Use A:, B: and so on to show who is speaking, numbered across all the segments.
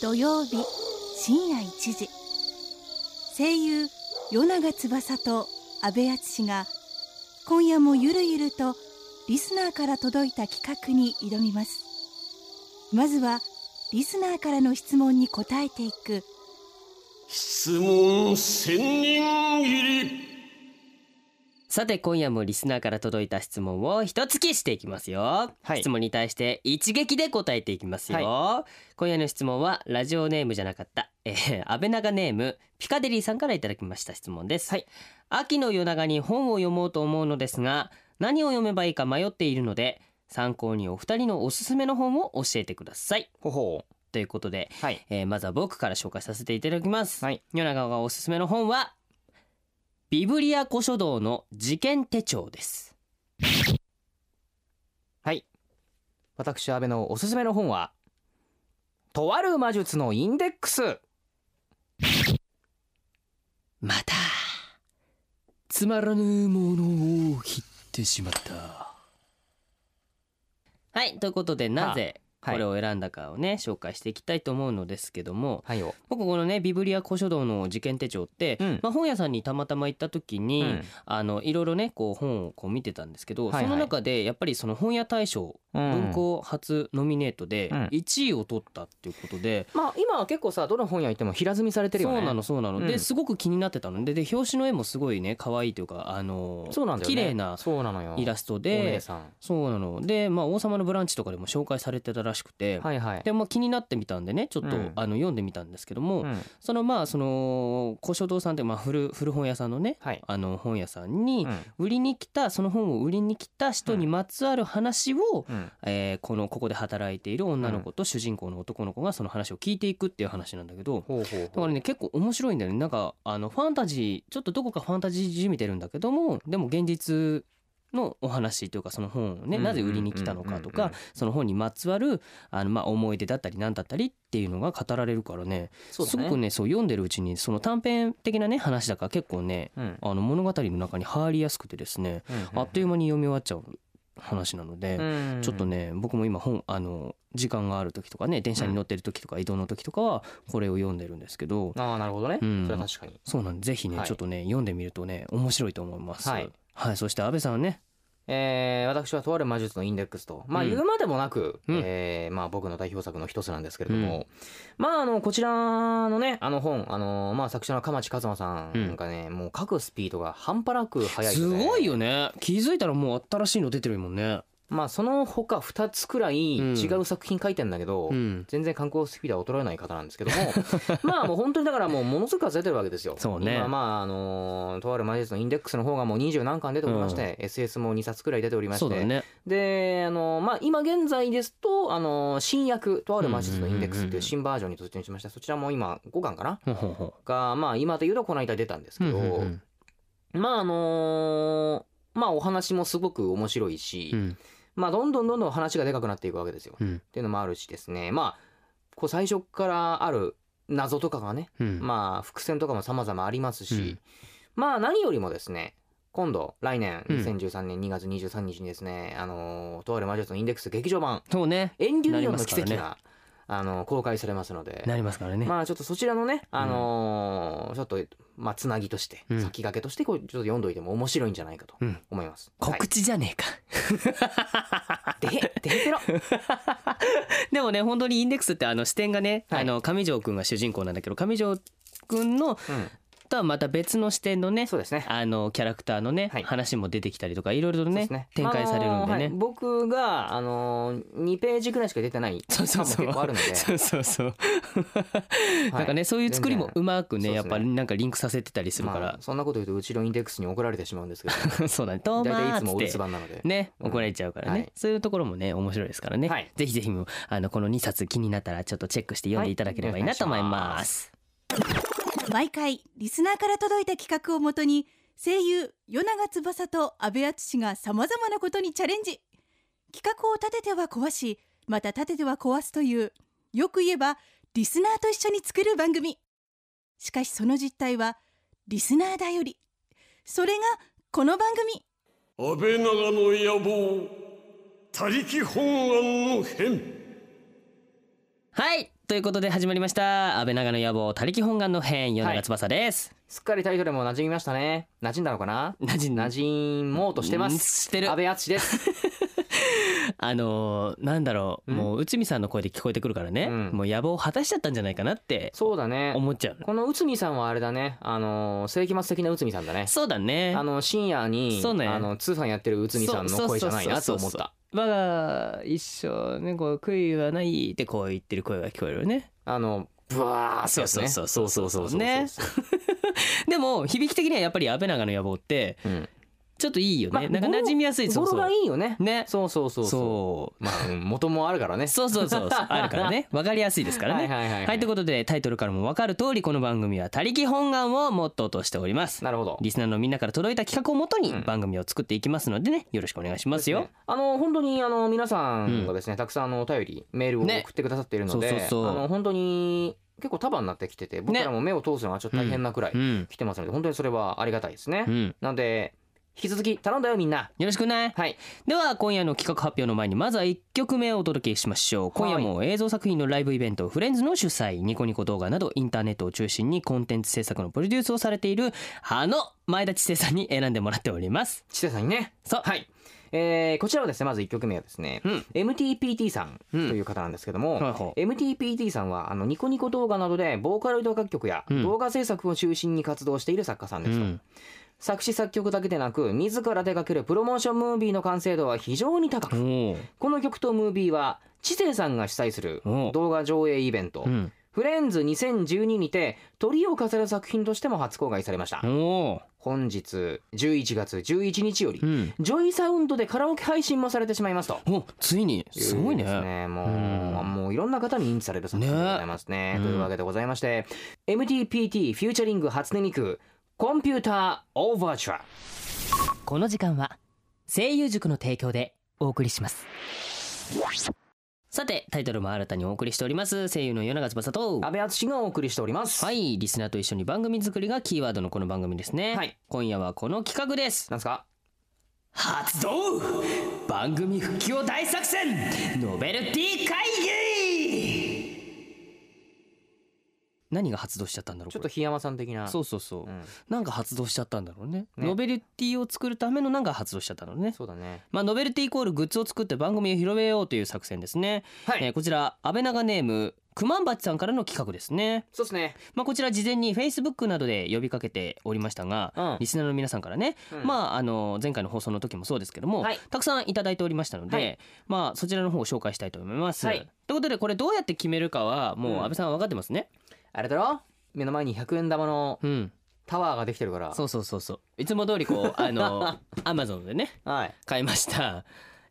A: 土曜日深夜1時声優与永翼と阿部淳が今夜もゆるゆるとリスナーから届いた企画に挑みますまずはリスナーからの質問に答えていく
B: 質問千人切り
C: さて今夜もリスナーから届いた質問を一突きしていきますよ、
D: はい
C: 質問に対して一撃で答えていきますよ、今夜の質問はラジオネームじゃなかった、えー、安倍長ネームピカデリーさんからいただきました質問です、
D: はい
C: 秋の夜長に本を読もうと思うのですが何を読めばいいか迷っているので参考にお二人のおすすめの本を教えてください
D: ほほ
C: ということで、
D: うはい
C: えーまずは僕から紹介させていただきます、
D: はい
C: 夜長がおすすめの本はビブリア古書道の事件手帳です
D: 私安倍のおすすめの本はとある魔術のインデックス
C: またつまらぬものを切ってしまったはいということでなぜ
D: は
C: こ
D: い
C: れを選んだかをね紹介していきたいと思うのですけども
D: はいよ、
C: 僕このねビブリア古書道の事件手帳って、
D: うん
C: まあ、本屋さんにたまたま行った時に、
D: うん
C: あのいろいろねこう本をこう見てたんですけど、
D: はいはい
C: その中でやっぱりその本屋大賞文庫初ノミネートで
D: うん
C: 1位を取ったっていうことで、
D: まあ今は結構さどの本屋行っても平積みされてるよね
C: そうなのそうなの、
D: うん
C: ですごく気になってたのでで表紙の絵もすごいね可愛いというかあの
D: そうなんだよね
C: 綺麗な
D: そうなのよ
C: イラスト
D: お
C: で
D: 姉さん
C: そうなので、まあ「王様のブランチ」とかでも紹介されてたらしくて、
D: はいはい
C: でまあ、気になってみたんでねちょっと、
D: うん
C: あの読んでみたんですけども、
D: うん
C: そのまあその古書堂さんって、まあ、古古本屋さんのね
D: はい
C: あの本屋さんに
D: うん
C: 売りに来たその本を売りに来た人にまつわる話を、
D: うん
C: えーこのここで働いている女の子と主人公の男の子がその話を聞いていくっていう話なんだけど、
D: ほうほう
C: だ
D: ほ
C: か
D: う
C: らね結構面白いんだよねなんかあのファンタジーちょっとどこかファンタジーじみてるんだけどもでも現実のお話というかその本をね
D: うん
C: なぜ売りに来たのかと
D: うんうん
C: か
D: うん
C: その本にまつわるあのまあ思い出だったり何だったりっていうのが語られるからね
D: そうだ
C: すごくねそう読んでるうちにその短編的なね話だから結構ね
D: うんうん
C: あの物語の中に入りやすくてですね
D: うん
C: あっという間に読み終わっちゃう話なので、
D: うん
C: ちょっとね僕も今本あの時間がある時とかね電車に乗ってる時とか移動の時とかはこれを読んでるんですけど
D: ああなるほどね、
C: うん
D: それは確かに
C: そうなんですぜひね、
D: はい
C: ちょっとね読んでみるとね面白いと思います。
D: はい、
C: そして安倍さんはね
D: えー、私はとある魔術のインデックスと、まあ、
C: うん
D: 言うまでもなく、
C: うん
D: えーまあ、僕の代表作の一つなんですけれども、まあ、あのこちらのねあの本あの、まあ、作者の鎌地和馬さんがね、もう書くスピードが半端なく速い
C: す
D: ので
C: ごいよね気づいたらもう新しいの出てるもんね。
D: まあ、その他2つくらい
C: うん
D: 違う作品書いてんだけど、
C: うん、
D: 全然観光スピードは衰えない方なんですけど もまあもう本当にだからもうものすごく数出てるわけですよ。
C: そうね
D: 今まああのーとある魔術のインデックスの方がもう20何巻出ておりまして、SS も2冊くらい出ておりま
C: そう
D: し
C: だ
D: て、
C: ね。
D: であのまあ今現在ですとあの新薬とある魔術のインデックスっていう新バージョンに突入しましたそちらも今5巻かな
C: ほうほうほ
D: がまあ今というとこの間出たんです
C: う
D: けど、
C: うんうん
D: まああのまあお話もすごく面白いし、
C: うん
D: まあどんどんどんどん話がでかくなっていくわけですよ、
C: う
D: っ
C: ん
D: ていうのもあるしですねまあこう最初からある謎とかがね、
C: うん
D: まあ伏線とかも様々ありますし、
C: うん
D: まあ何よりもですね今度来年
C: うん
D: 2013年2月23日にですね、あのーとある魔術のインデックス劇場版
C: そうね
D: 「エンデュリオ
C: なりま
D: ンの
C: す
D: 奇
C: から
D: 跡
C: ね
D: が」あのー公開されますので
C: なりますからね。
D: まあちょっとそちらのね、あのーちょっと、まあ、つなぎとして、
C: うん
D: 先駆けとしてこうちょっと読んどいても面白いんじゃないかと
C: うん
D: 思います。はい
C: 告知じゃねえか、
D: でへでへペロ
C: でもね本当にインデックスってあの視点がね、
D: はい
C: あの上条くんが主人公なんだけど上条くんのとはまた別の視点の
D: うん、
C: ね
D: そうですね。
C: あのキャラクターのね、
D: はい
C: 話も出てきたりとかいろいろと
D: そう
C: ね
D: ですね
C: 展開されるんで
D: あのーはい
C: ね。
D: 僕が、あのー、2ページくらいしか出てない
C: そ
D: 感
C: う
D: も
C: そう
D: 結
C: そう
D: 構あるので。
C: そうそうそう。
D: はい
C: なんかねそういう作りもうまくね
D: 全然
C: やっぱりなんかリンクさせてたりするか
D: ま
C: ら
D: あ、そんなこと言うとうちのインデックスに怒られてしまうんですけ ど
C: そうだね「ト
D: 大
C: ーマ
D: 体
C: ー」
D: いつもお
C: っつ
D: 留守
C: って
D: 番なので、
C: ね
D: うん
C: 怒られちゃうから
D: は
C: ね
D: い
C: そういうところもね面白いですから
D: は
C: ね
D: い
C: ぜひぜひもあのこの2冊気になったらちょっとチェックして読んでいただければいいなと思います。
A: 毎回リスナーから届いた企画をもとに声優与永翼と阿部淳がさまざまなことにチャレンジ企画を立てては壊しまた立てては壊すというよく言えばリスナーと一緒に作る番組しかしその実態はリスナーだよりそれがこの番組
B: 安倍長の野望他力本願の変
C: はいということで始まりました安倍長の野望他力本願の編米長翼です、
D: すっかりタイトルも馴染みましたね馴染んだのかな
C: なじ
D: 馴染もうとしてま
C: うん
D: す
C: してる
D: 安倍 敦です
C: あのーなんだろう、
D: うん
C: もう内海さんの声で聞こえてくるからね、
D: うん
C: もう野望を果たしちゃったんじゃないかなって
D: そうだね
C: 思っちゃう
D: この内海さんはあれだねあの世紀末的な内海さんだね
C: そうだね
D: あの深夜に
C: そうね
D: あの通販やってる内海さんの声じゃないなと思っ
C: そうそうそうそう
D: た
C: 我が一生ねこう悔いはないってこう言ってる声が聞こえるよね
D: あのブワーってやつね
C: そうそうそうそうそうそう
D: ね
C: でも響き的にはやっぱり安倍長の野望って
D: うん
C: ちょっといいよね、
D: まあ
C: なんか馴染みやすい
D: 語呂が
C: う
D: いいよね
C: ね
D: そうそうそうそう
C: そう
D: まあうん元もあるからね
C: そうそうそうそうあるから ねわかりやすいですからね
D: はいはいはいはい
C: ということでタイトルからもわかる通りこの番組は「他力本願」をモットーとしております
D: なるほど
C: リスナーのみんなから届いた企画をもとに
D: うん
C: 番組を作っていきますのでねよろしくお願いしますよ
D: ね。あの本当にあの皆さんがですね、たくさんあのお便りメールを送
C: ね
D: ってくださっているので、
C: そうそうそう
D: あの本当に結構束になってきてて僕らも目を通すのはちょっと大変なくらい
C: うん、
D: 来てますので、本当にそれはありがたいですね、
C: うん、
D: なので引き続き頼んだよみんな
C: よろしくね
D: はい
C: では今夜の企画発表の前にまずは1曲目をお届けしましょう今夜も映像作品のライブイベントフレンズの主催ニコニコ動画などインターネットを中心にコンテンツ制作のプロデュースをされているあの前田知世さんに選んでもらっております
D: 知世さんにね
C: そう
D: はい、えーこちらはですねまず1曲目はですね、
C: うん
D: MTPT さんと
C: うん
D: いう方なんですけども、
C: はいはい
D: MTPT さんはあのニコニコ動画などでボーカロイド楽曲や
C: うん
D: 動画制作を中心に活動している作家さんで
C: う
D: すと、
C: ん
D: 作詞作曲だけでなく自ら手掛けるプロモーションムービーの完成度は非常に高
C: お
D: く
C: ー
D: この曲とムービーは知世さんが主催する
C: お
D: 動画上映イベント
C: うん
D: 「フレンズ2012」にて鳥を飾る作品としても初公開されました
C: おー
D: 本日11月11日より
C: うん
D: ジョイサウンドでカラオケ配信もされてしまいますと。
C: おついにすごいね
D: うですねもう
C: うん
D: もういろんな方に認知される作品でございますね
C: ね
D: というわけでございまして、MTPT フューチャリング初音ミクコンピューターオーバーチャー
C: この時間は声優塾の提供でお送りしますさてタイトルも新たにお送りしております声優の与永翼と
D: 安倍敦がお送りしております。。
C: はいいリスナーと一緒に番組作りがキーワードのこの番組ですね、
D: はい
C: 今夜はこの企画です
D: なんですか
C: 発動番組復帰を大作戦ノベルティ会議何が発動しちゃったんだろう
D: ちょっ
C: ことれ
D: 檜山さん的な。
C: そうそうそう、
D: うん
C: なんか発動しちゃったんだろうね
D: ね
C: ノベルティを作るためのなんか発動しちゃったのね
D: そうだね。
C: まあ、ノベルティイコールグッズを作って番組を広めようという作戦ですね、
D: はい
C: えーこちら安倍長ネームくまんばちさんからの企画ですね、
D: そうですね。
C: まあ、こちら事前に Facebook などで呼びかけておりましたが、
D: うん
C: リスナーの皆さんからね、
D: うん
C: まああの前回の放送の時もそうですけども、
D: はい
C: たくさんいただいておりましたので、
D: はい
C: まあそちらの方を紹介したいと思います、
D: はい
C: ということでこれどうやって決めるかはもう
D: うん
C: 安倍さんは分かってますね
D: あれだろ目の前に100円玉の
C: うん、
D: タワーができてるから。
C: そうそうそうそういつも通りこうあ の Amazon でね
D: はい。
C: 買いました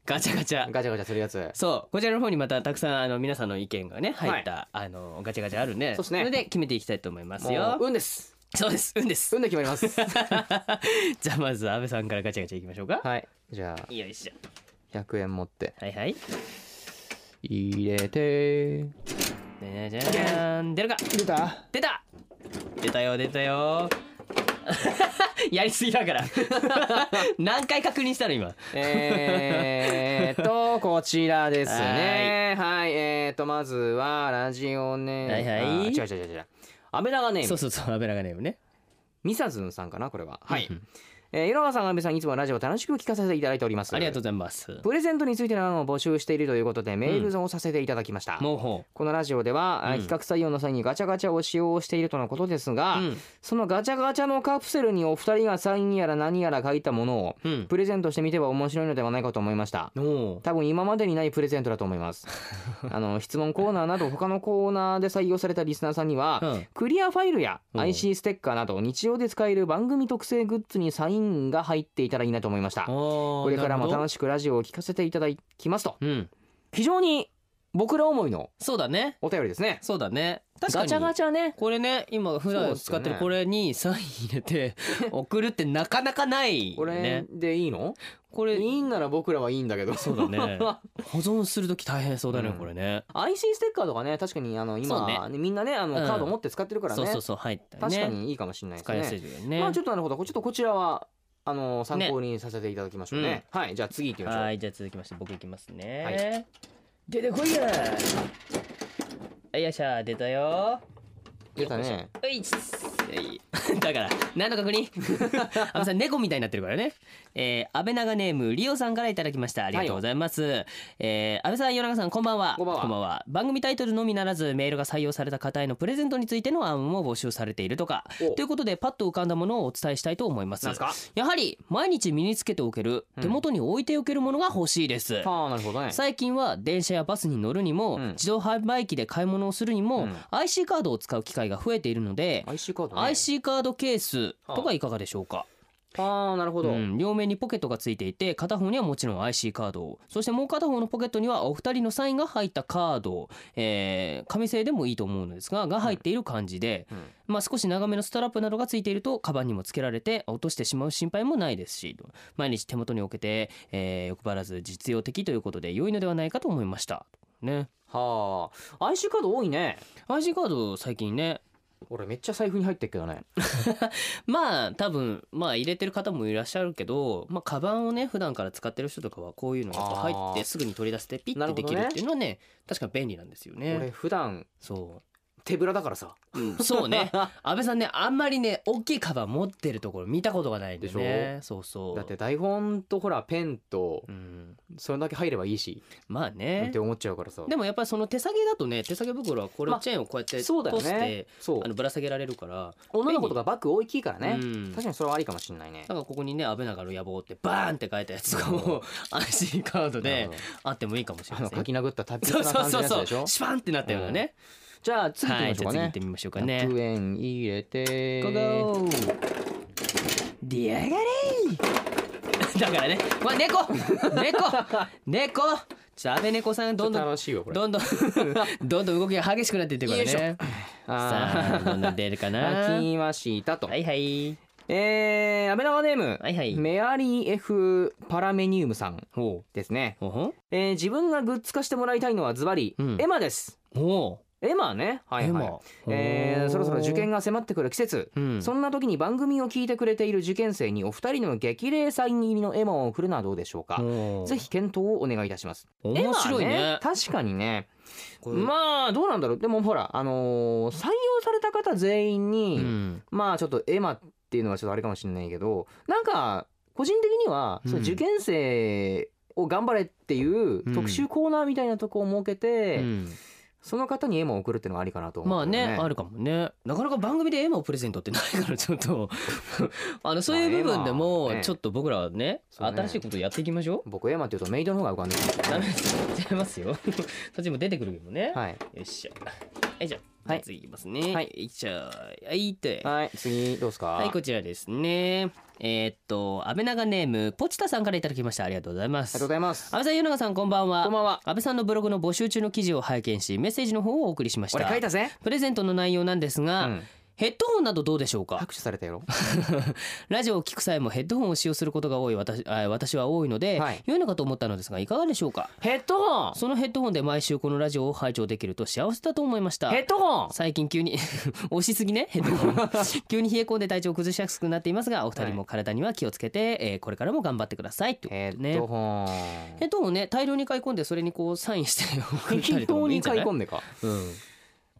C: ガチャガチャ
D: ガチャガチャするやつ。は
C: そうこちらの方にまたたくさんあの皆さんの意見がね
D: はい
C: 入った、あのガチャガチャあるんで
D: そうっすね
C: れで決めていきたいと思います
D: も
C: よ
D: う運です。
C: そうですうん です
D: 運で決まります。
C: じゃあまず安倍さんからガチャガチャいきましょうか
D: はい。じゃあ
C: よいし
D: 100円持って
C: ょはいはい
D: 入れて。
C: じゃじゃじゃん出るか
D: 出た。
C: 出た出たよ出たよ やりすぎだから 何回確認したの今
D: えー っとこちらですね。はい。えーっとまずはラジオネーム。
C: はいはい
D: あー違う違う違う違う。アメラがネー
C: そう
D: ム。
C: そうそう安倍長ネームね
D: ミサズンさんかなこれは。はい
C: うん。
D: えー、ヨロさん、安部さん、いつもラジオ楽しく聞かせていただいております。
C: ありがとうございます
D: プレゼントについての案を募集しているということでメールをさせていただきました、
C: もうほ
D: このラジオでは、あ
C: うん
D: 企画採用の際にガチャガチャを使用しているとのことですが、
C: うん
D: そのガチャガチャのカプセルにお二人がサインやら何やら書いたものを
C: ううん
D: プレゼントしてみては面白いのではないかと思いました
C: おお
D: 多分今までにないプレゼントだと思います あの質問コーナーなど他のコーナーで採用されたリスナーさんには、
C: うん
D: クリアファイルや
C: うん
D: IC ステッカーなど日常で使える番組特製グッズにサインが入っていたらいいなと思いましたこ
C: こ
D: れからも楽
C: し
D: しくラジオを聞かせていただきますと
C: うん
D: 非常に僕ら思いの
C: そうだね
D: お便りですね
C: そうだね確かに
D: ガチャガチャね
C: これね今普
D: そう
C: 段
D: です
C: 使
D: よ
C: っ
D: ね
C: てるこれにサイン入れ て送るってなかなかない
D: これ
C: ね
D: でいいの
C: こ
D: い
C: れ
D: いんなら僕らはいいんだけど
C: そうだね保存する時大変そうだね
D: うん
C: これね
D: IC ステッカーとかね確かにあの
C: そう
D: 今、
C: ね
D: ねみんなねあの
C: うん
D: カード持って使ってるからね、
C: そうそうそう入った
D: 確か
C: ね
D: にいいかもしれないです
C: 使
D: ね
C: いやすいよね
D: まあちょっとなるほどちょっとこちらはあの参考にさせていただきましょうねはいじゃあ次行ってみましょう
C: はいじゃあ続きまして僕いきますね、
D: は
C: 出てこいやよいしょ出たよ
D: 出たね
C: ういっすえい だから何の確認 安倍さん猫みたいになってるからね、えー、安倍長ネームリオさんからいただきましたありがとうございます、えー、安倍さん与永さんこんばんは
D: こんばんは
C: 番組タイトルのみならずメールが採用された方へのプレゼントについての案も募集されているとか
D: お
C: ということでパッと浮かんだものをお伝えしたいと思います
D: なんすか
C: やはり毎日身につけておける
D: うん
C: 手元に置いておけるものが欲しいです、
D: ああなるほどね
C: 最近は電車やバスに乗るにも、
D: うん
C: 自動販売機で買い物をするにも、
D: うん
C: IC カードを使う機会が増えているので、
D: IC カードね
C: IC カードケースとかいかがでしょうか、
D: ああなるほ
C: う
D: ど、
C: ん、両面にポケットがついていて片方にはもちろん IC カードをそしてもう片方のポケットにはお二人のサインが入ったカード、えー紙製でもいいと思うのですがが入っている感じで、
D: うん
C: まあ、少し長めのストラップなどがついているとカバンにもつけられて落としてしまう心配もないですし毎日手元に置けて、えー欲張らず実用的ということで良いのではないかと思いました。ね、
D: はあ IC カード多いね
C: IC カード最近ね
D: 俺めっちゃ財布に入ってるけどね
C: まあ多分まあ入れてる方もいらっしゃるけど、まあ、カバンをね普段から使ってる人とかはこういうのが
D: あ
C: 入
D: ー
C: ってすぐに取り出してピッ
D: な
C: て
D: る
C: でき
D: ほどね
C: るっていうのはね確かに便利なんですよ
D: 俺
C: ね。
D: 普段
C: そ
D: 手ぶらだからさ
C: う、うん、そう ね安倍さんねあんまりね大きいカバン持ってるところ見たことがないんでねそうそう
D: だって台本とほらペンと
C: うん、
D: それだけ入ればいいし
C: まあ
D: っ
C: ね
D: て思っちゃうからさ
C: でもやっぱりその手提げだとね手提げ袋はこれ
D: まあ
C: チェーンをこうやって
D: そうだよ
C: 通して、
D: ねそう
C: あのぶら下げられるから
D: 女の子とかバッグ大きいからね、
C: うん
D: 確かにそれはありかもしれないね
C: だからここにね「安倍長の野望」ってバーンって書いたやつとか も IC カード
D: なる
C: で
D: ほど
C: あってもいいかもしれ
D: あ
C: ま
D: の
C: せん
D: 書き殴った旅
C: そ
D: 的
C: う
D: な
C: そうそ
D: 感じの
C: う
D: やつ
C: そ
D: でしょ
C: うシュパンってなったようなね、
D: じゃあ次行き
C: は
D: ま
C: い
D: し
C: じゃあ
D: ょう
C: 次
D: か
C: 行
D: ね
C: ってみましょうかね
D: 100円入れて
C: ゴー出やがれ だからねうわ猫猫猫ちょっと安倍猫さんどんどん
D: 楽しいよこれ
C: どんどんどんどん 動きが激しくなっていってるからねさあどんどん出るかな
D: 書きましたと、
C: はいはい
D: えー安倍長ネーム、
C: はいはい
D: メアリー F パラメニウムさん
C: ほ
D: ですね、
C: うほうほ
D: えー自分がグッズ化してもらいたいのはズバリ、
C: うん
D: エマです
C: うほ
D: エマね
C: う
D: はいはいえーそろそろ受験が迫ってくる季節、
C: うん
D: そんな時に番組を聞いてくれている受験生にお二人の激励サイン入りのエマを送るのはどうでしょうか、ぜ
C: ぜ
D: ひ検討をお願いいたします
C: 面白い
D: エマ
C: ね
D: 確かにね
C: これ
D: まあどうなんだろうでもほらあのー採用された方全員に、
C: うん
D: まあちょっとエマっていうのはちょっとあれかもしれないけどなんか個人的には、
C: うん
D: その受験生を頑張れっていう
C: うん
D: 特集コーナーみたいなとこを設けて、
C: うん
D: その方にエマを送るっていうのはありかなと思う
C: まあ
D: けど
C: ねあるかもねなかなか番組でエマをプレゼントってないからちょっ とあのそういう部分で
D: まあエマは
C: も
D: ね
C: ちょっと僕らはね
D: そうね
C: 新しいことやっていきましょう
D: 僕エマっていうとメイドの方が浮かんでくるんですよね
C: ダメですちゃいますよ そっちも出てくるけどね
D: はい
C: よっしゃはいじゃあ
D: は
C: はいい次いきますね
D: は
C: はいいいっちゃあはいって
D: はい次どうですか
C: はいこちらですねえーっと安倍長ネームポチタさんからいただきましたありがとうございま
D: ありが
C: す
D: とうご
C: 安
D: ざいます
C: 倍さん与永さんこんばんは
D: こんばんは
C: 安倍さんのブログの募集中の記事を拝見しメッセージの方をお送りしました
D: 俺書いたぜ
C: プレゼントの内容なんです
D: う
C: が、
D: ん
C: ヘッドホンなどどうでしょうか
D: 拍手されたよ
C: ラジオを聞く際もヘッドホンを使用することが多い私あ私は多いので、
D: はい
C: 良いのかと思ったのですがいかがでしょうか
D: ヘッドホン
C: そのヘッドホンで毎週このラジオを拝聴できると幸せだと思いました
D: ヘッドホン
C: 最近急に 押しすぎねヘッドホ ン急に冷え込んで体調を崩しやすくなっていますがお二人も体には気をつけて、えーこれからも頑張ってくださいってこと
D: ヘ
C: で
D: ッ
C: ね
D: ドホン
C: ヘッドホンをね大量に買い込んでそれにこうサインして送った
D: 適
C: りとか
D: 当
C: もいい
D: に
C: んじゃ
D: 買い
C: ない
D: 込んでか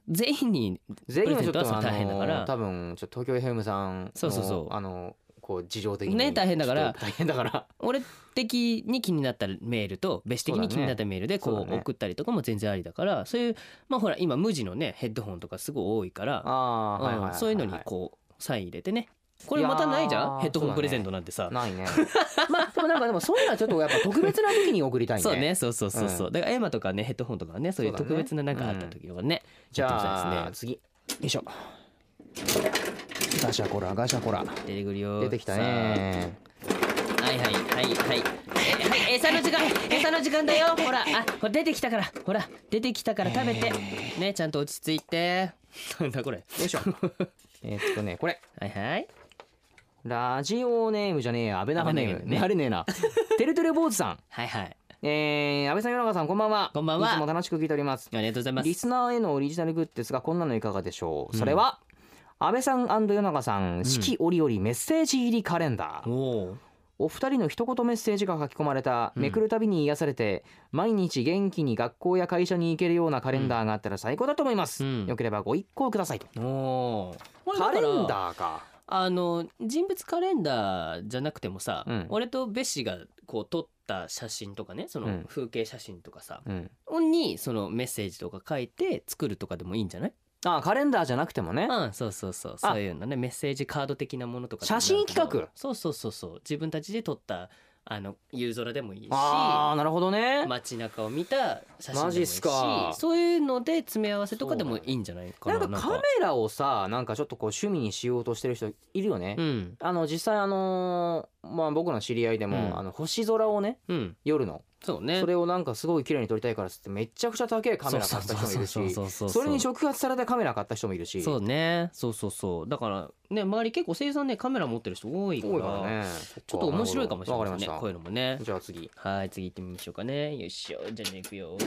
C: 全員に
D: 全員はちょっ
C: プレゼント
D: と
C: は
D: あ
C: 大変だから
D: の多分ちょっと東京 FM さんの
C: そうそうそう
D: あのこう事情的に
C: ね大変だから
D: ちょっと大変だから
C: 俺的に気になったメールと別紙的に気になったメールで
D: そうだ
C: こ
D: ね
C: う送ったりとかも全然ありだからそういうまあほら今無地のねヘッドホンとかすごい多いから
D: ああはいはい
C: うんそういうのにこうサイン入れてねこれまたないじ
D: いや
C: ゃ
D: ー
C: んヘッドホンプレゼントなんてさ
D: ないね まあでもなんかでもそういうのはちょっとやっぱ特別な時に送りたいね
C: そうねそうそうそうそううだからエマとかねヘッドホンとかねそういう
D: そうだね
C: 特別ななんかあった時とかね
D: じ
C: やってみたい
D: ゃあ
C: ですね
D: 次よいしょガシャコラガシャコラ
C: 出てくるよ
D: 出てきたね
C: さあはいはいはいはいえはい餌の時間餌の時間だよほらあほら出てきたからほら出てきたから食べてねちゃんと落ち着いてなんだこれ
D: よ いしょえっとねこれ
C: はいはい
D: ラジオネームじゃねえや安倍長ネー
C: 安倍長ネーム
D: ム
C: ね
D: ねあれねえな てるてる坊主さん
C: はいはい
D: えー、安倍さん与永さんこんばんは
C: こんばんはい
D: つも楽しく聞いております
C: ありがとうございます
D: リスナーへのオリジナルグッズですがこんなのいかがでしょうそれは、安倍さん与永さん四季折々メッセージ入りカレンダー、
C: おお
D: お二人の一言メッセージが書き込まれた
C: うん
D: めくるたびに癒されて、毎日元気に学校や会社に行けるようなカレンダーがあったら最高だと思います、
C: うん
D: よければご一行くださいと
C: おー
D: カレン
C: ー
D: ダーか
C: あの人物カレンダーじゃなくてもさ、
D: うん
C: 俺とベッシがこう撮った写真とかねその
D: うん
C: 風景写真とかさ、
D: うん
C: にそのメッセージとか書いて作るとかでもいいんじゃない
D: あカレンダーじゃなくてもね
C: うん、そうそうそうそういうのねメッセージカード的なものとかでも
D: 写真企画
C: そうそうそうそう自分たちで撮ったあの夕空でもいいし
D: あーなるほどね、
C: 街中を見た写真でも
D: マ
C: い
D: ジ
C: い
D: っ
C: し
D: すか
C: そういうので詰め合わせとかでもいいんじゃないかな
D: なんかカメラをさなんかちょっとこう趣味にしようとしてる人いるよね、
C: うん
D: あの実際あのーまあ僕の知り合いでも、
C: うん
D: あの星空をね
C: うん
D: 夜の
C: そうね
D: それをなんかすごい綺麗に撮りたいからっつってめちゃくちゃ高いカメラ買った人もいる
C: そう
D: し
C: そうそうそう
D: それに触発されたカメラ買った人もいるし
C: そうねそうそうそうだからね周り結構生産ねカメラ持ってる人多いか
D: 多いかららね
C: ちょっと面白いかもしれない
D: わか
C: で
D: り
C: すね
D: まし
C: こういうのもね
D: たじゃあ次
C: はい次行ってみましょうかねよいしょじゃあじゃあ行くよ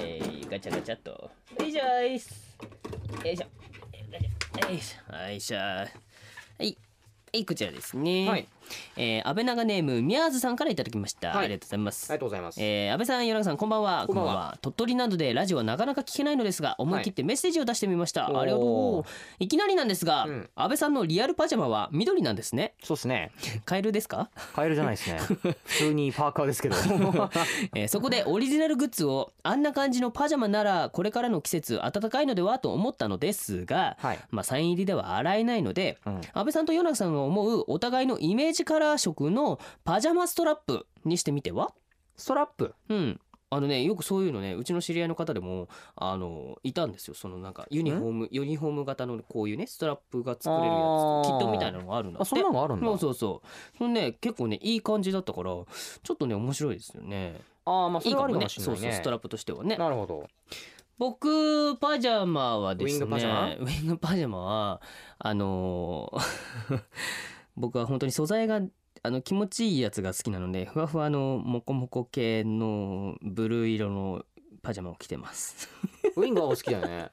C: えー、ガチャガチャっとよいしょーいっすよいしょガチャよいしょよいしょはいはいこちらですね
D: はい
C: えー、安倍長ネームみやーずさんからいただきました、
D: はい
C: ありがとうございます
D: ありがとうございます
C: えー、安倍さん、与那さん、こんばんは。
D: こんばんは
C: 鳥取などでラジオはなかなか聞けないのですが、思い切ってメッセージを出してみました。
D: おー
C: ありがとう。いきなりなんですが、
D: うん
C: 安倍さんのリアルパジャマは緑なんですね。
D: そうっすね
C: カエルですか？
D: カエルじゃない ですね普通にパーカーですけど
C: えーそこでオリジナルグッズをあんな感じのパジャマならこれからの季節暖かいのではと思ったのですが、
D: はい
C: まあサイン入りでは洗えないので、
D: うん
C: 安倍さんと与那さんが思うお互いのイメージカラー色のパジャマストラップにしてみては？
D: ストラップ
C: うん。あのねよくそういうのねうちの知り合いの方でもあのいたんですよそのなんかユニフォームユニフォーム型のこういうねストラップが作れるやつ
D: あー
C: キットみたいなのがあるんだって
D: あそんなのがあるんだ
C: そうそうそうそのね結構ねいい感じだったからちょっとね面白いですよね
D: ああまあそ
C: いい
D: れ
C: か
D: はある
C: も
D: か
C: ね
D: もしれ
C: そ
D: な
C: う
D: い
C: そう
D: ね
C: ストラップとしてはね
D: なるほど
C: 僕パジャマはですね
D: ウィングパジャマ
C: ウィングパジャマはあのー 僕は本当に素材があの気持ちいいやつが好きなのでふわふわのモコモコ系のブルー色のパジャマを着てます
D: ウィングはお好きだよね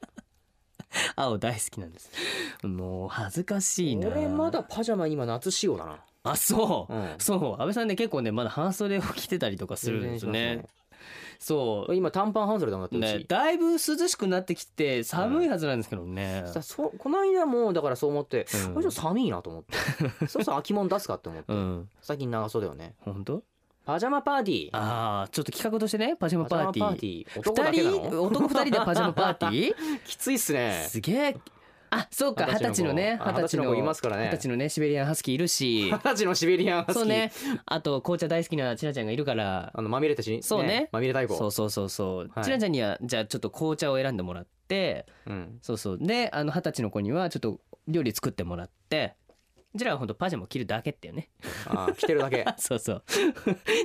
C: 青大好きなんですもう恥ずかし いな
D: 俺まだパジャマ今夏仕様だな
C: あそう、
D: うん
C: そう安倍さんね結構ねまだ半袖を着てたりとかするんですよねそう
D: 今短パン半袖だもんだってう
C: ね
D: ち、
C: だいぶ涼しくなってきて寒いはずなんですけどね、
D: さそうこの間もだからそう思って、
C: うん
D: これちょっと寒いなと思って そうそう秋物出すかって思って、
C: うん、
D: 最近長袖だよね
C: 本当
D: パジャマパーティー
C: ああちょっと企画としてねパジャマパーティ
D: パジ
C: ー
D: ャマパーティー男だけな
C: 二人
D: の
C: 男二人でパジャマパーテ ィ
D: きついっす
C: ー
D: ね
C: すげえあそうか二十歳のね
D: 二十歳の子いますから
C: 二
D: ね
C: 十歳のねシベリアンハスキーいるし
D: 二十歳のシベリアンハスキー
C: そうねあと紅茶大好きなちなちゃんがいるから
D: あのまみれたし
C: そうね
D: まみれ太鼓
C: そうそうそうそう、
D: はい
C: ちなちゃんにはじゃあちょっと紅茶を選んでもらって
D: うん
C: そうそうであの二十歳の子にはちょっと料理作ってもらってうちらは本当パジャマを着るだけっていうね
D: あ着てるだけ
C: そうそう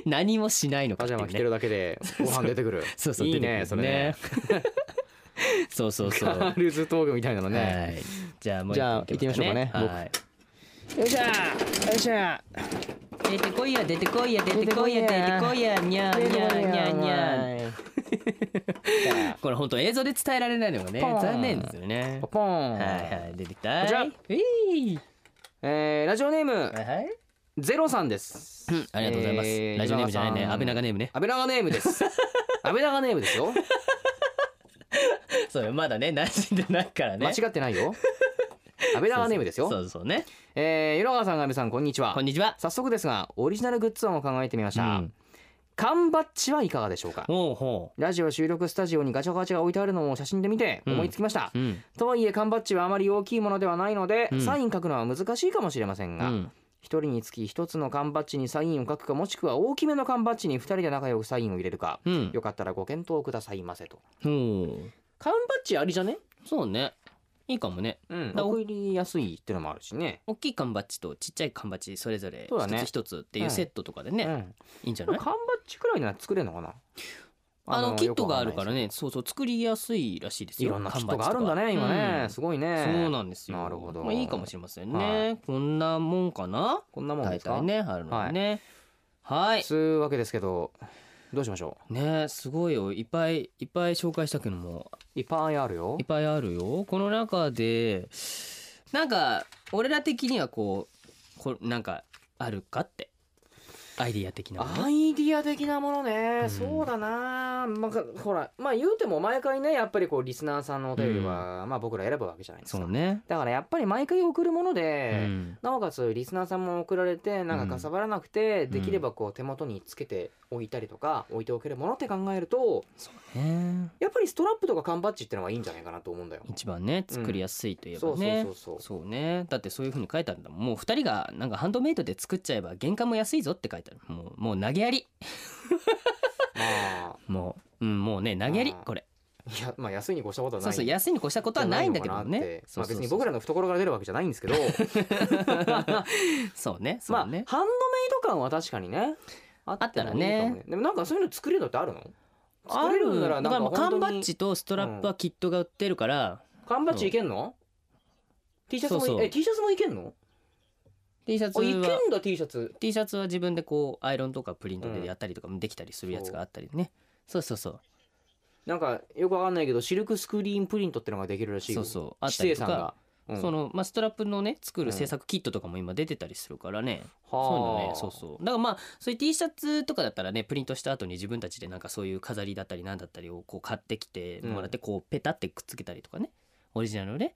C: 何もしないのか
D: パ
C: っていうね
D: ジャマ着てるだけ でご飯出てくる
C: そうそう
D: いい
C: 出
D: ね
C: てく
D: そ
C: る
D: れね
C: そうそう そ
D: ガ
C: う
D: ールズトークみたいなのね
C: はい。じゃあもう
D: じゃあ行ってみましょうかね
C: はい。
D: よいしょよいしょ
C: 出
D: 出
C: てこいや出てこいや出て
D: て
C: こ
D: こ
C: い
D: い
C: や出
D: や
C: てこいやにゃーにゃーにゃーにゃー。
D: ー
C: これ本当映像で伝えられないのがね
D: ポン
C: 残念ですよね
D: ポ。ポーン
C: はいはい出てきた。
D: こちら
C: えい。
D: えーラジオネーム
C: はい。
D: ゼロさんです
C: うんありがとうございま
D: え
C: す。
D: ー
C: ラジオネームじゃないね
D: 今田さん
C: 安倍長ネームね。
D: 安倍長ネームです 安倍長ネームですよ
C: そうよまだね馴染んでないからね。
D: 間違ってな いよ安倍長ネームです
C: そ
D: よ
C: うそうね。
D: えー与那川さん安倍さんこんにちは
C: こんにちは。
D: 早速ですがオリジナルグッズ案を考えてみまし
C: う
D: た
C: ん
D: 缶バッジはいかがでしょうか
C: ほうほ
D: ラジオ収録スタジオにガチャガチャが置いてあるのを写真で見て
C: うん
D: 思いつきました
C: う。うん。
D: とはいえ缶バッジはあまり大きいものではないので
C: うん
D: サイン書くのは難しいかもしれません
C: う
D: が
C: ん。
D: 一人につき一つの缶バッジにサインを書くかもしくは大きめの缶バッジに二人で仲良くサインを入れるか
C: うん。
D: よかったらご検討くださいませと
C: ほ
D: 缶バッジありじゃね
C: う。そうね。いいかもね。
D: うん
C: だ
D: 奥入りやすいってのもあるしね
C: 大きい缶バッジとちっちゃい缶バッジそれぞれ
D: そうだ
C: 一
D: ね
C: つ一つっていうセットとかで
D: うん
C: ね、
D: 缶
C: いいんじゃな
D: バ
C: い
D: ッジくらいなら作れるのかな
C: あのキットがある
D: よく
C: か
D: わん
C: ら
D: ない
C: ねそうそう作りやすいらしいで
D: ですすい
C: よ
D: ろんなキッ
C: 缶
D: ト
C: バッ
D: があ
C: ジ
D: る
C: と
D: ん
C: か
D: だね今ね
C: うん
D: すごいね
C: そうなんですよ
D: なるほど
C: まあいいかもしれませんね、
D: はい
C: こんなもんかな
D: こんなもんで
C: 大
D: すか
C: 体ねあるのにねはい
D: つうわけですけどどうしましょ
C: ねすごいよいっぱいいっぱい紹介したけども
D: ういっぱいあるよ
C: いっぱいあるよこの中でなんか俺ら的にはこうこなんかあるかってアイディア的なもの
D: ア
C: ね
D: イディア的なものね、
C: うん
D: そうだな、まあ、ほらまあ言うても毎回ねやっぱりこうリスナーさんのお便りは、まあ、僕ら選ぶわけじゃないですか
C: そうね、
D: だからやっぱり毎回送るもの
C: う
D: で、
C: ん
D: なおかつリスナーさんも送られてなん
C: うん
D: かかさばらなくて、
C: ん
D: できればこう手元につけておいたりとか置いておけるものって考えると
C: ね
D: やっぱりストラップとか缶バッジってのがいいんじゃないかなと思うんだよ。
C: 一番ね作りやすいといえば
D: そうそう
C: ね
D: そうそう
C: そうねだってそういう風に書いてあるんだもんもう2人がなんかハンドメイドで作っちゃえば原価も安いぞって書いてあるもうもう投げやり
D: まあ
C: もう、うん、もうね投げやり
D: あー
C: これ
D: いやまあ安いに越したことは
C: そ
D: な
C: う
D: い
C: そう安いに越したことはないんだけど
D: じゃないのかなっ
C: ね
D: て
C: そ
D: ま
C: う
D: あ、
C: そうそ
D: 別
C: う
D: に僕らの懐から出るわけじゃないんです けど
C: そうね
D: まあ
C: そ
D: ハ
C: う
D: ンドメイ
C: ね、
D: ド感は確かにねあってもいいかも
C: あったらね
D: でもなんかそういうの作れるのってあるの
C: あ
D: 作れるなら
C: だ
D: なん
C: から
D: か
C: もう
D: 本当
C: 缶
D: に
C: バッジとストラップはキットが売ってるから、
D: 缶バッジいけんの、T シャツもい
C: そうそう
D: え T シャツもいけんの
C: T シャツ
D: あいけん
C: は
D: だ T シャツ
C: T シャツは自分でこうアイロンとかプリント
D: うん
C: でやったりとかもできたりするやつがあったりね、そうそうそう
D: なんかよくわかんないけどシルクスクリーンプリントってのができるらしい
C: そ
D: よ
C: うそうあった
D: 七
C: り
D: 星
C: と
D: さん
C: か
D: が、うん
C: そのまあ、ストラップのね作
D: うん
C: る制作キットとかも今出てたりするからね、
D: はあ
C: そういうのねそうそうだからまあそういう T シャツとかだったらねプリントした後に自分たちでなんかそういう飾りだったりなんだったりをこう買ってきてもらってこうペタってくっつけたりとかねオリジナルのね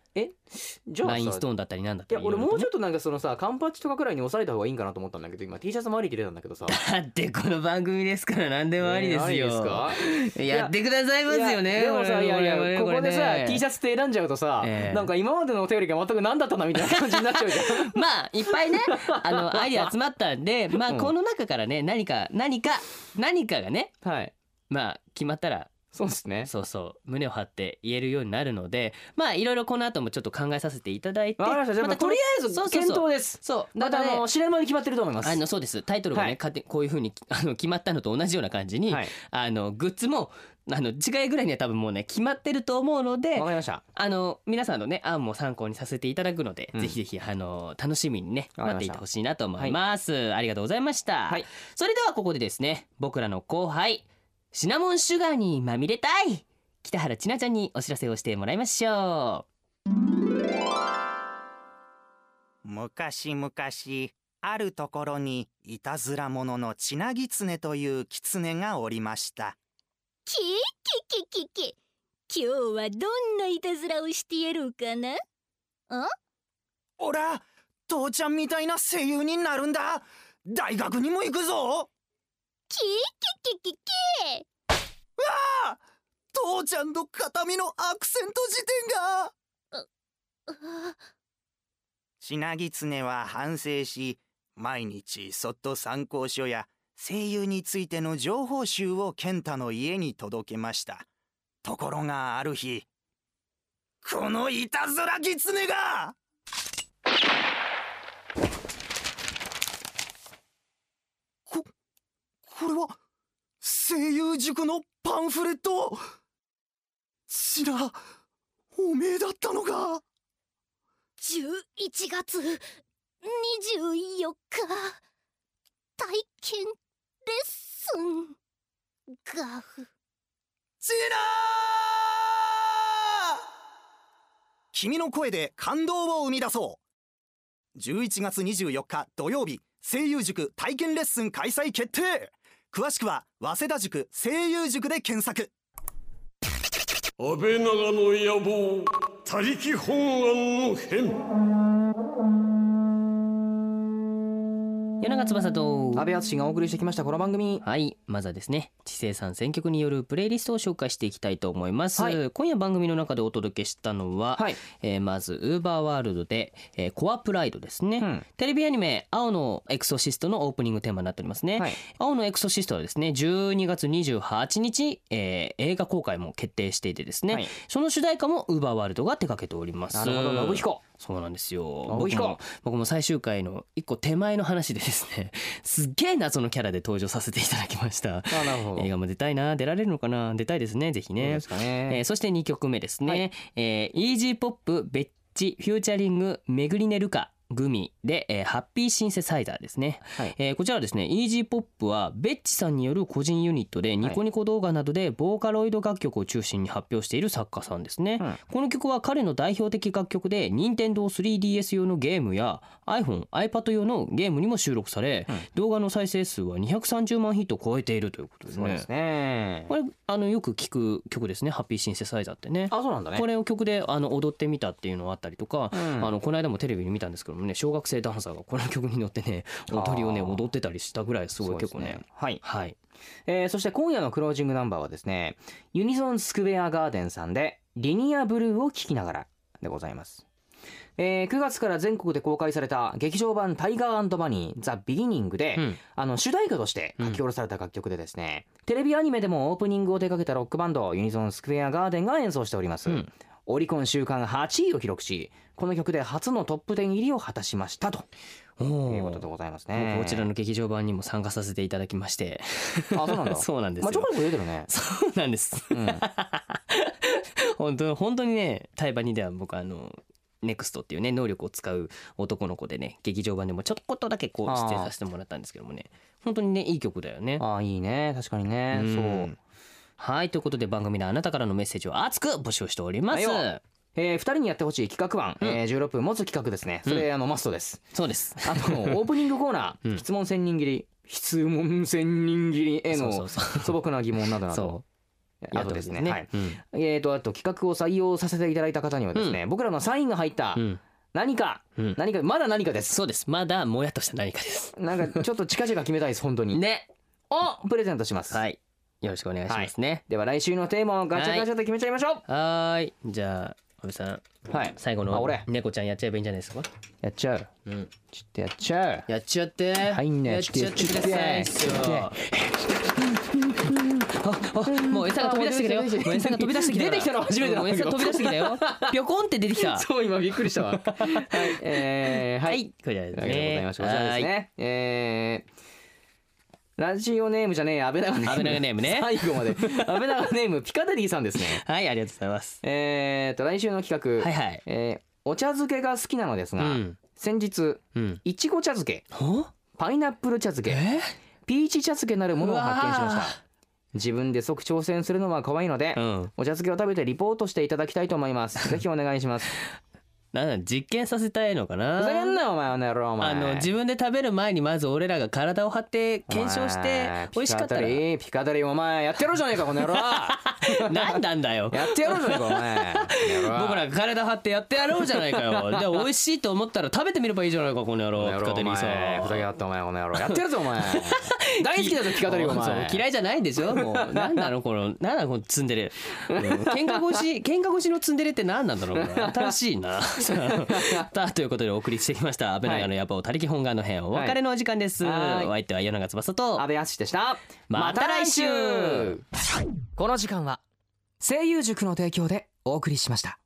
D: じゃあ
C: ラ
D: さ
C: インス
D: い
C: トーンだったりなんだったり
D: や俺もうちょ
C: っ
D: っとなんかそのさ缶バッジとかくらいに抑えた方がいいんかなと思ったんだけど今 T シャツもありって出たんだけど さ
C: だってこの番組ですから何でもありです
D: ね
C: よ、
D: ありですか
C: やってくださいますよ
D: いや
C: ね
D: でもさいやいやここでさ T シ
C: ャ
D: ャツって選んじゃうとさ
C: ええ
D: なんか今までのお便りが全く何だったなみたいな感じになっちゃうじゃん
C: ツまあいっぱ いねあのアイデア集まったんでまあ
D: うん
C: この中からね何か何か何かがね
D: はい
C: まあ決まったら
D: そうですね
C: そうそう胸を張って言えるようになるのでまあいろいろこの後もちょっと考えさせていただいて
D: わかりましたじゃあまあ
C: こと
D: りあえ
C: そう
D: ず
C: そうそう
D: 検討です
C: そう
D: ま
C: だ
D: た
C: から
D: あ
C: ね
D: の知らぬ間に決まってると思います
C: あのそうですタイトルがね、
D: はい
C: 勝手こういうふうにあの決まったのと同じような感じに、
D: はい
C: あのグッズもあの次回ぐらいには多分もうね決まってると思うので
D: わかりました
C: あの皆さんのね案も参考にさせていただくので、
D: うん
C: ぜひぜひあの楽しみにね
D: わか
C: 待
D: り
C: って
D: ました
C: いてほしいなと思います、ありがとうございました、
D: はい
C: それではここでですね僕らの後輩シナモンシュガーにまみれたい北原千奈ちゃんにお知らせをしてもらいましょ
E: 昔々あるところにいたずら者のチナギツネというキツネがおりました
F: キキキキキ今日はどんないたずらをしてやろうかな
E: おら父ちゃんみたいな声優になるんだ大学にも行くぞ
F: キキキキキ
E: 父ちゃんの形見のアクセント辞典が
F: あ
E: チナギツネは反省し毎日そっと参考書や声優についての情報集を健太の家に届けましたところがある日このいたずらキツネがここれは声優塾のパンフレットチラおめえだったのか
F: 11月24日体験レッスンガフ
E: チラー君の声で感動を生み出そう11月24日土曜日声優塾体験レッスン開催決定詳しくは早稲田塾声優塾で検索
B: 安倍長の野望他力本願の変
C: う夜長翼と
D: 安倍淳がお送りしてきましたこの番組
C: はいまずはですね知性さん選曲によるプレイリストを紹介していきたいと思います、
D: はい
C: 今夜番組の中でお届けしたのは、
D: はい
C: えーまずウーバーワールドで、えーコアプライドですね、
D: うん
C: テレビアニメ「青のエクソシスト」のオープニングテーマになっておりますね、
D: はい
C: 青のエクソシストはですね12月28日、えー映画公開も決定していてですね、
D: はい
C: その主題歌もウーバーワールドが手掛けております
D: なるほど信彦
C: そうなんですよ
D: 信
C: 僕
D: 彦
C: も僕も最終回の一個手前の話でですね すっげえ謎のキャラで登場させていただきました
D: あなるほ
C: 映画も出たいな出られるのかな出たいですねぜひね
D: ですかね
C: えーそして2曲目ですね、
D: は
C: えーイージーポップベッチフューチャリングめぐりねるかグミで、えーハッピーシンセサイザーですね、
D: はい
C: えーこちらはですねイージーポップはベッチさんによる個人ユニットでニコニコ動画などでボーカロイド楽曲を中心に発表している作家さんですね、
D: うん
C: この曲は彼の代表的楽曲で任天堂 3DS 用のゲームや iPhoneiPad 用のゲームにも収録され、
D: うん
C: 動画の再生数は230万ヒットを超えているということです
D: そう
C: ね
D: ですね
C: これあのよく聞く曲ですねハッピーシンセサイザーってね
D: あそうなんだね
C: これを曲であの踊ってみたっていうのがあったりとか、
D: うん
C: あのこの間もテレビに見たんですけどもね小学生ダンサーがこの曲に乗ってね踊りをね
D: あー
C: 踊ってたりしたぐらいすごい
D: そうで
C: 結構ね
D: はい、
C: はい
D: えーそして今夜のクロージングナンバーはですねユニゾンスクエアガーデンさんで「リニアブルーを聴きながら」でございます、えー9月から全国で公開された劇場版「タイガーマニー・ザ・ビギニングで、
C: うん
D: あの主題歌として書き下ろされた楽曲でですね、テレビアニメでもオープニングを手掛けたロックバンドユニゾンスクエアガーデンが演奏しております、
C: うん
D: オリコン週間8位を記録しこの曲で初のトップ10入りを果たしましたと
C: お
D: いう
C: ー
D: ことでございますね
C: 僕こちらの劇場版にも参加させていただきまして
D: あそうなんだ
C: そうなんです
D: まあ、
C: よ
D: ちょこちょこ出て るね、
C: そうなんです
D: うん、
C: 本当本当にねタイバニでは僕あのネクストっていうね能力を使う男の子でね劇場版でもちょっとだけこう
D: あー
C: 出演させてもらったんですけどもね本当にねいい曲だよね
D: ああいいね確かにね
C: うん
D: そう
C: はいということで番組ではあなたからのメッセージを熱く募集しております、
D: はいえー、2人にやってほしい企画案、
C: うん
D: えー、16分持つ企画ですねそれ、あのマス トです
C: そうです
D: あのオープニングコーナー、
C: うん
D: 質問千人切り質問千人切りへの
C: そうそうそう
D: 素朴な疑問などなど
C: そ
D: あとですねはい
C: うん
D: えー、とあと企画を採用させていただいた方にはですね、僕らのサインが入った
C: うん
D: 何か、
C: うん
D: 何かまだ何かです
C: そうですまだもやっとした何かです
D: なんかちょっと近々決めたいです本当に、
C: ね
D: をプレゼントします、
C: はいよろしくお願いしますね
D: では来週のテーマをガチャガチャと決めちゃいましょう
C: はーいじゃあ安部さん
D: はい、
C: 最後
D: あ
C: の
D: 俺
C: 猫ちゃんやっちゃえばいいんじゃないですか
D: やっちゃう
C: うん
D: ちょっとやっちゃう
C: やっちゃって
D: はいね
C: やっちゃってくださいっすよ
D: ちょっとやっ
C: ああもう餌が飛び出してきたよ
D: あ
C: もう餌が飛び出してきたよ
D: 出てきたの初めてなん
C: もう
D: だけ
C: 餌
D: ど
C: 飛び出してきたよぴょこんって出てき た
D: そう今びっくりし たわ。はい、えー、は、
C: はいいこちらです
D: ありがとうございま
C: ね
D: した。こちらですね。えー、ラジオネームじゃねえや、安倍長ネーム。
C: 安倍長 ネームね
D: 最後まで。安倍長ネーム、ピカデリーさんですね。
C: はいはいありがとうございます
D: えーと、来週の企画、
C: はいはい
D: えーお茶漬けが好きなのです
C: う
D: が、
C: ん
D: 先日、
C: うん
D: いちご茶漬け、
C: ほ
D: パイナップル茶漬け、
C: え
D: ピーチ茶漬けなるものを発見しま
C: う
D: し
C: わ
D: た。自分で即挑戦するのは可愛いので、
C: うん
D: お茶漬けを食べてリポートしていただきたいと思 います。ぜひお願いします。
C: なんだ実験させたいのかな
D: ふざけんなよお前あの野郎お前
C: あの自分で食べる前にまず俺らが体を張って検証し
D: お
C: て
D: 前
C: 美味しかったら
D: ピカダリピカダリお前やってやろうじゃねえかこの 野郎
C: 何なんだよ
D: やってやろうじゃねえかお前
C: 僕らが体張ってやってやろうじゃないか よで美味しいと思ったら食べてみればいいじゃないかこの野郎
D: ピ
C: ピ
D: カ
C: カ
D: ダ
C: デ
D: リ
C: リー
D: さんふざけ
C: さ
D: やがったお前この野郎やってやるぞお 前大好きだぞピカダリお前
C: そう嫌いじゃないんでしょもう何なのこの何なのこのツンデレ、うん、喧嘩越し 喧嘩越しのツンデレって何なんだろうこれ新しいな さあということでお送りしてきました「安倍長の野望たりき本願の編」お別れのお時間です、
D: はい
C: お相手は世永翼と
D: 阿部淳でした
C: また来週
D: この時間は声優塾の提供でお送りしました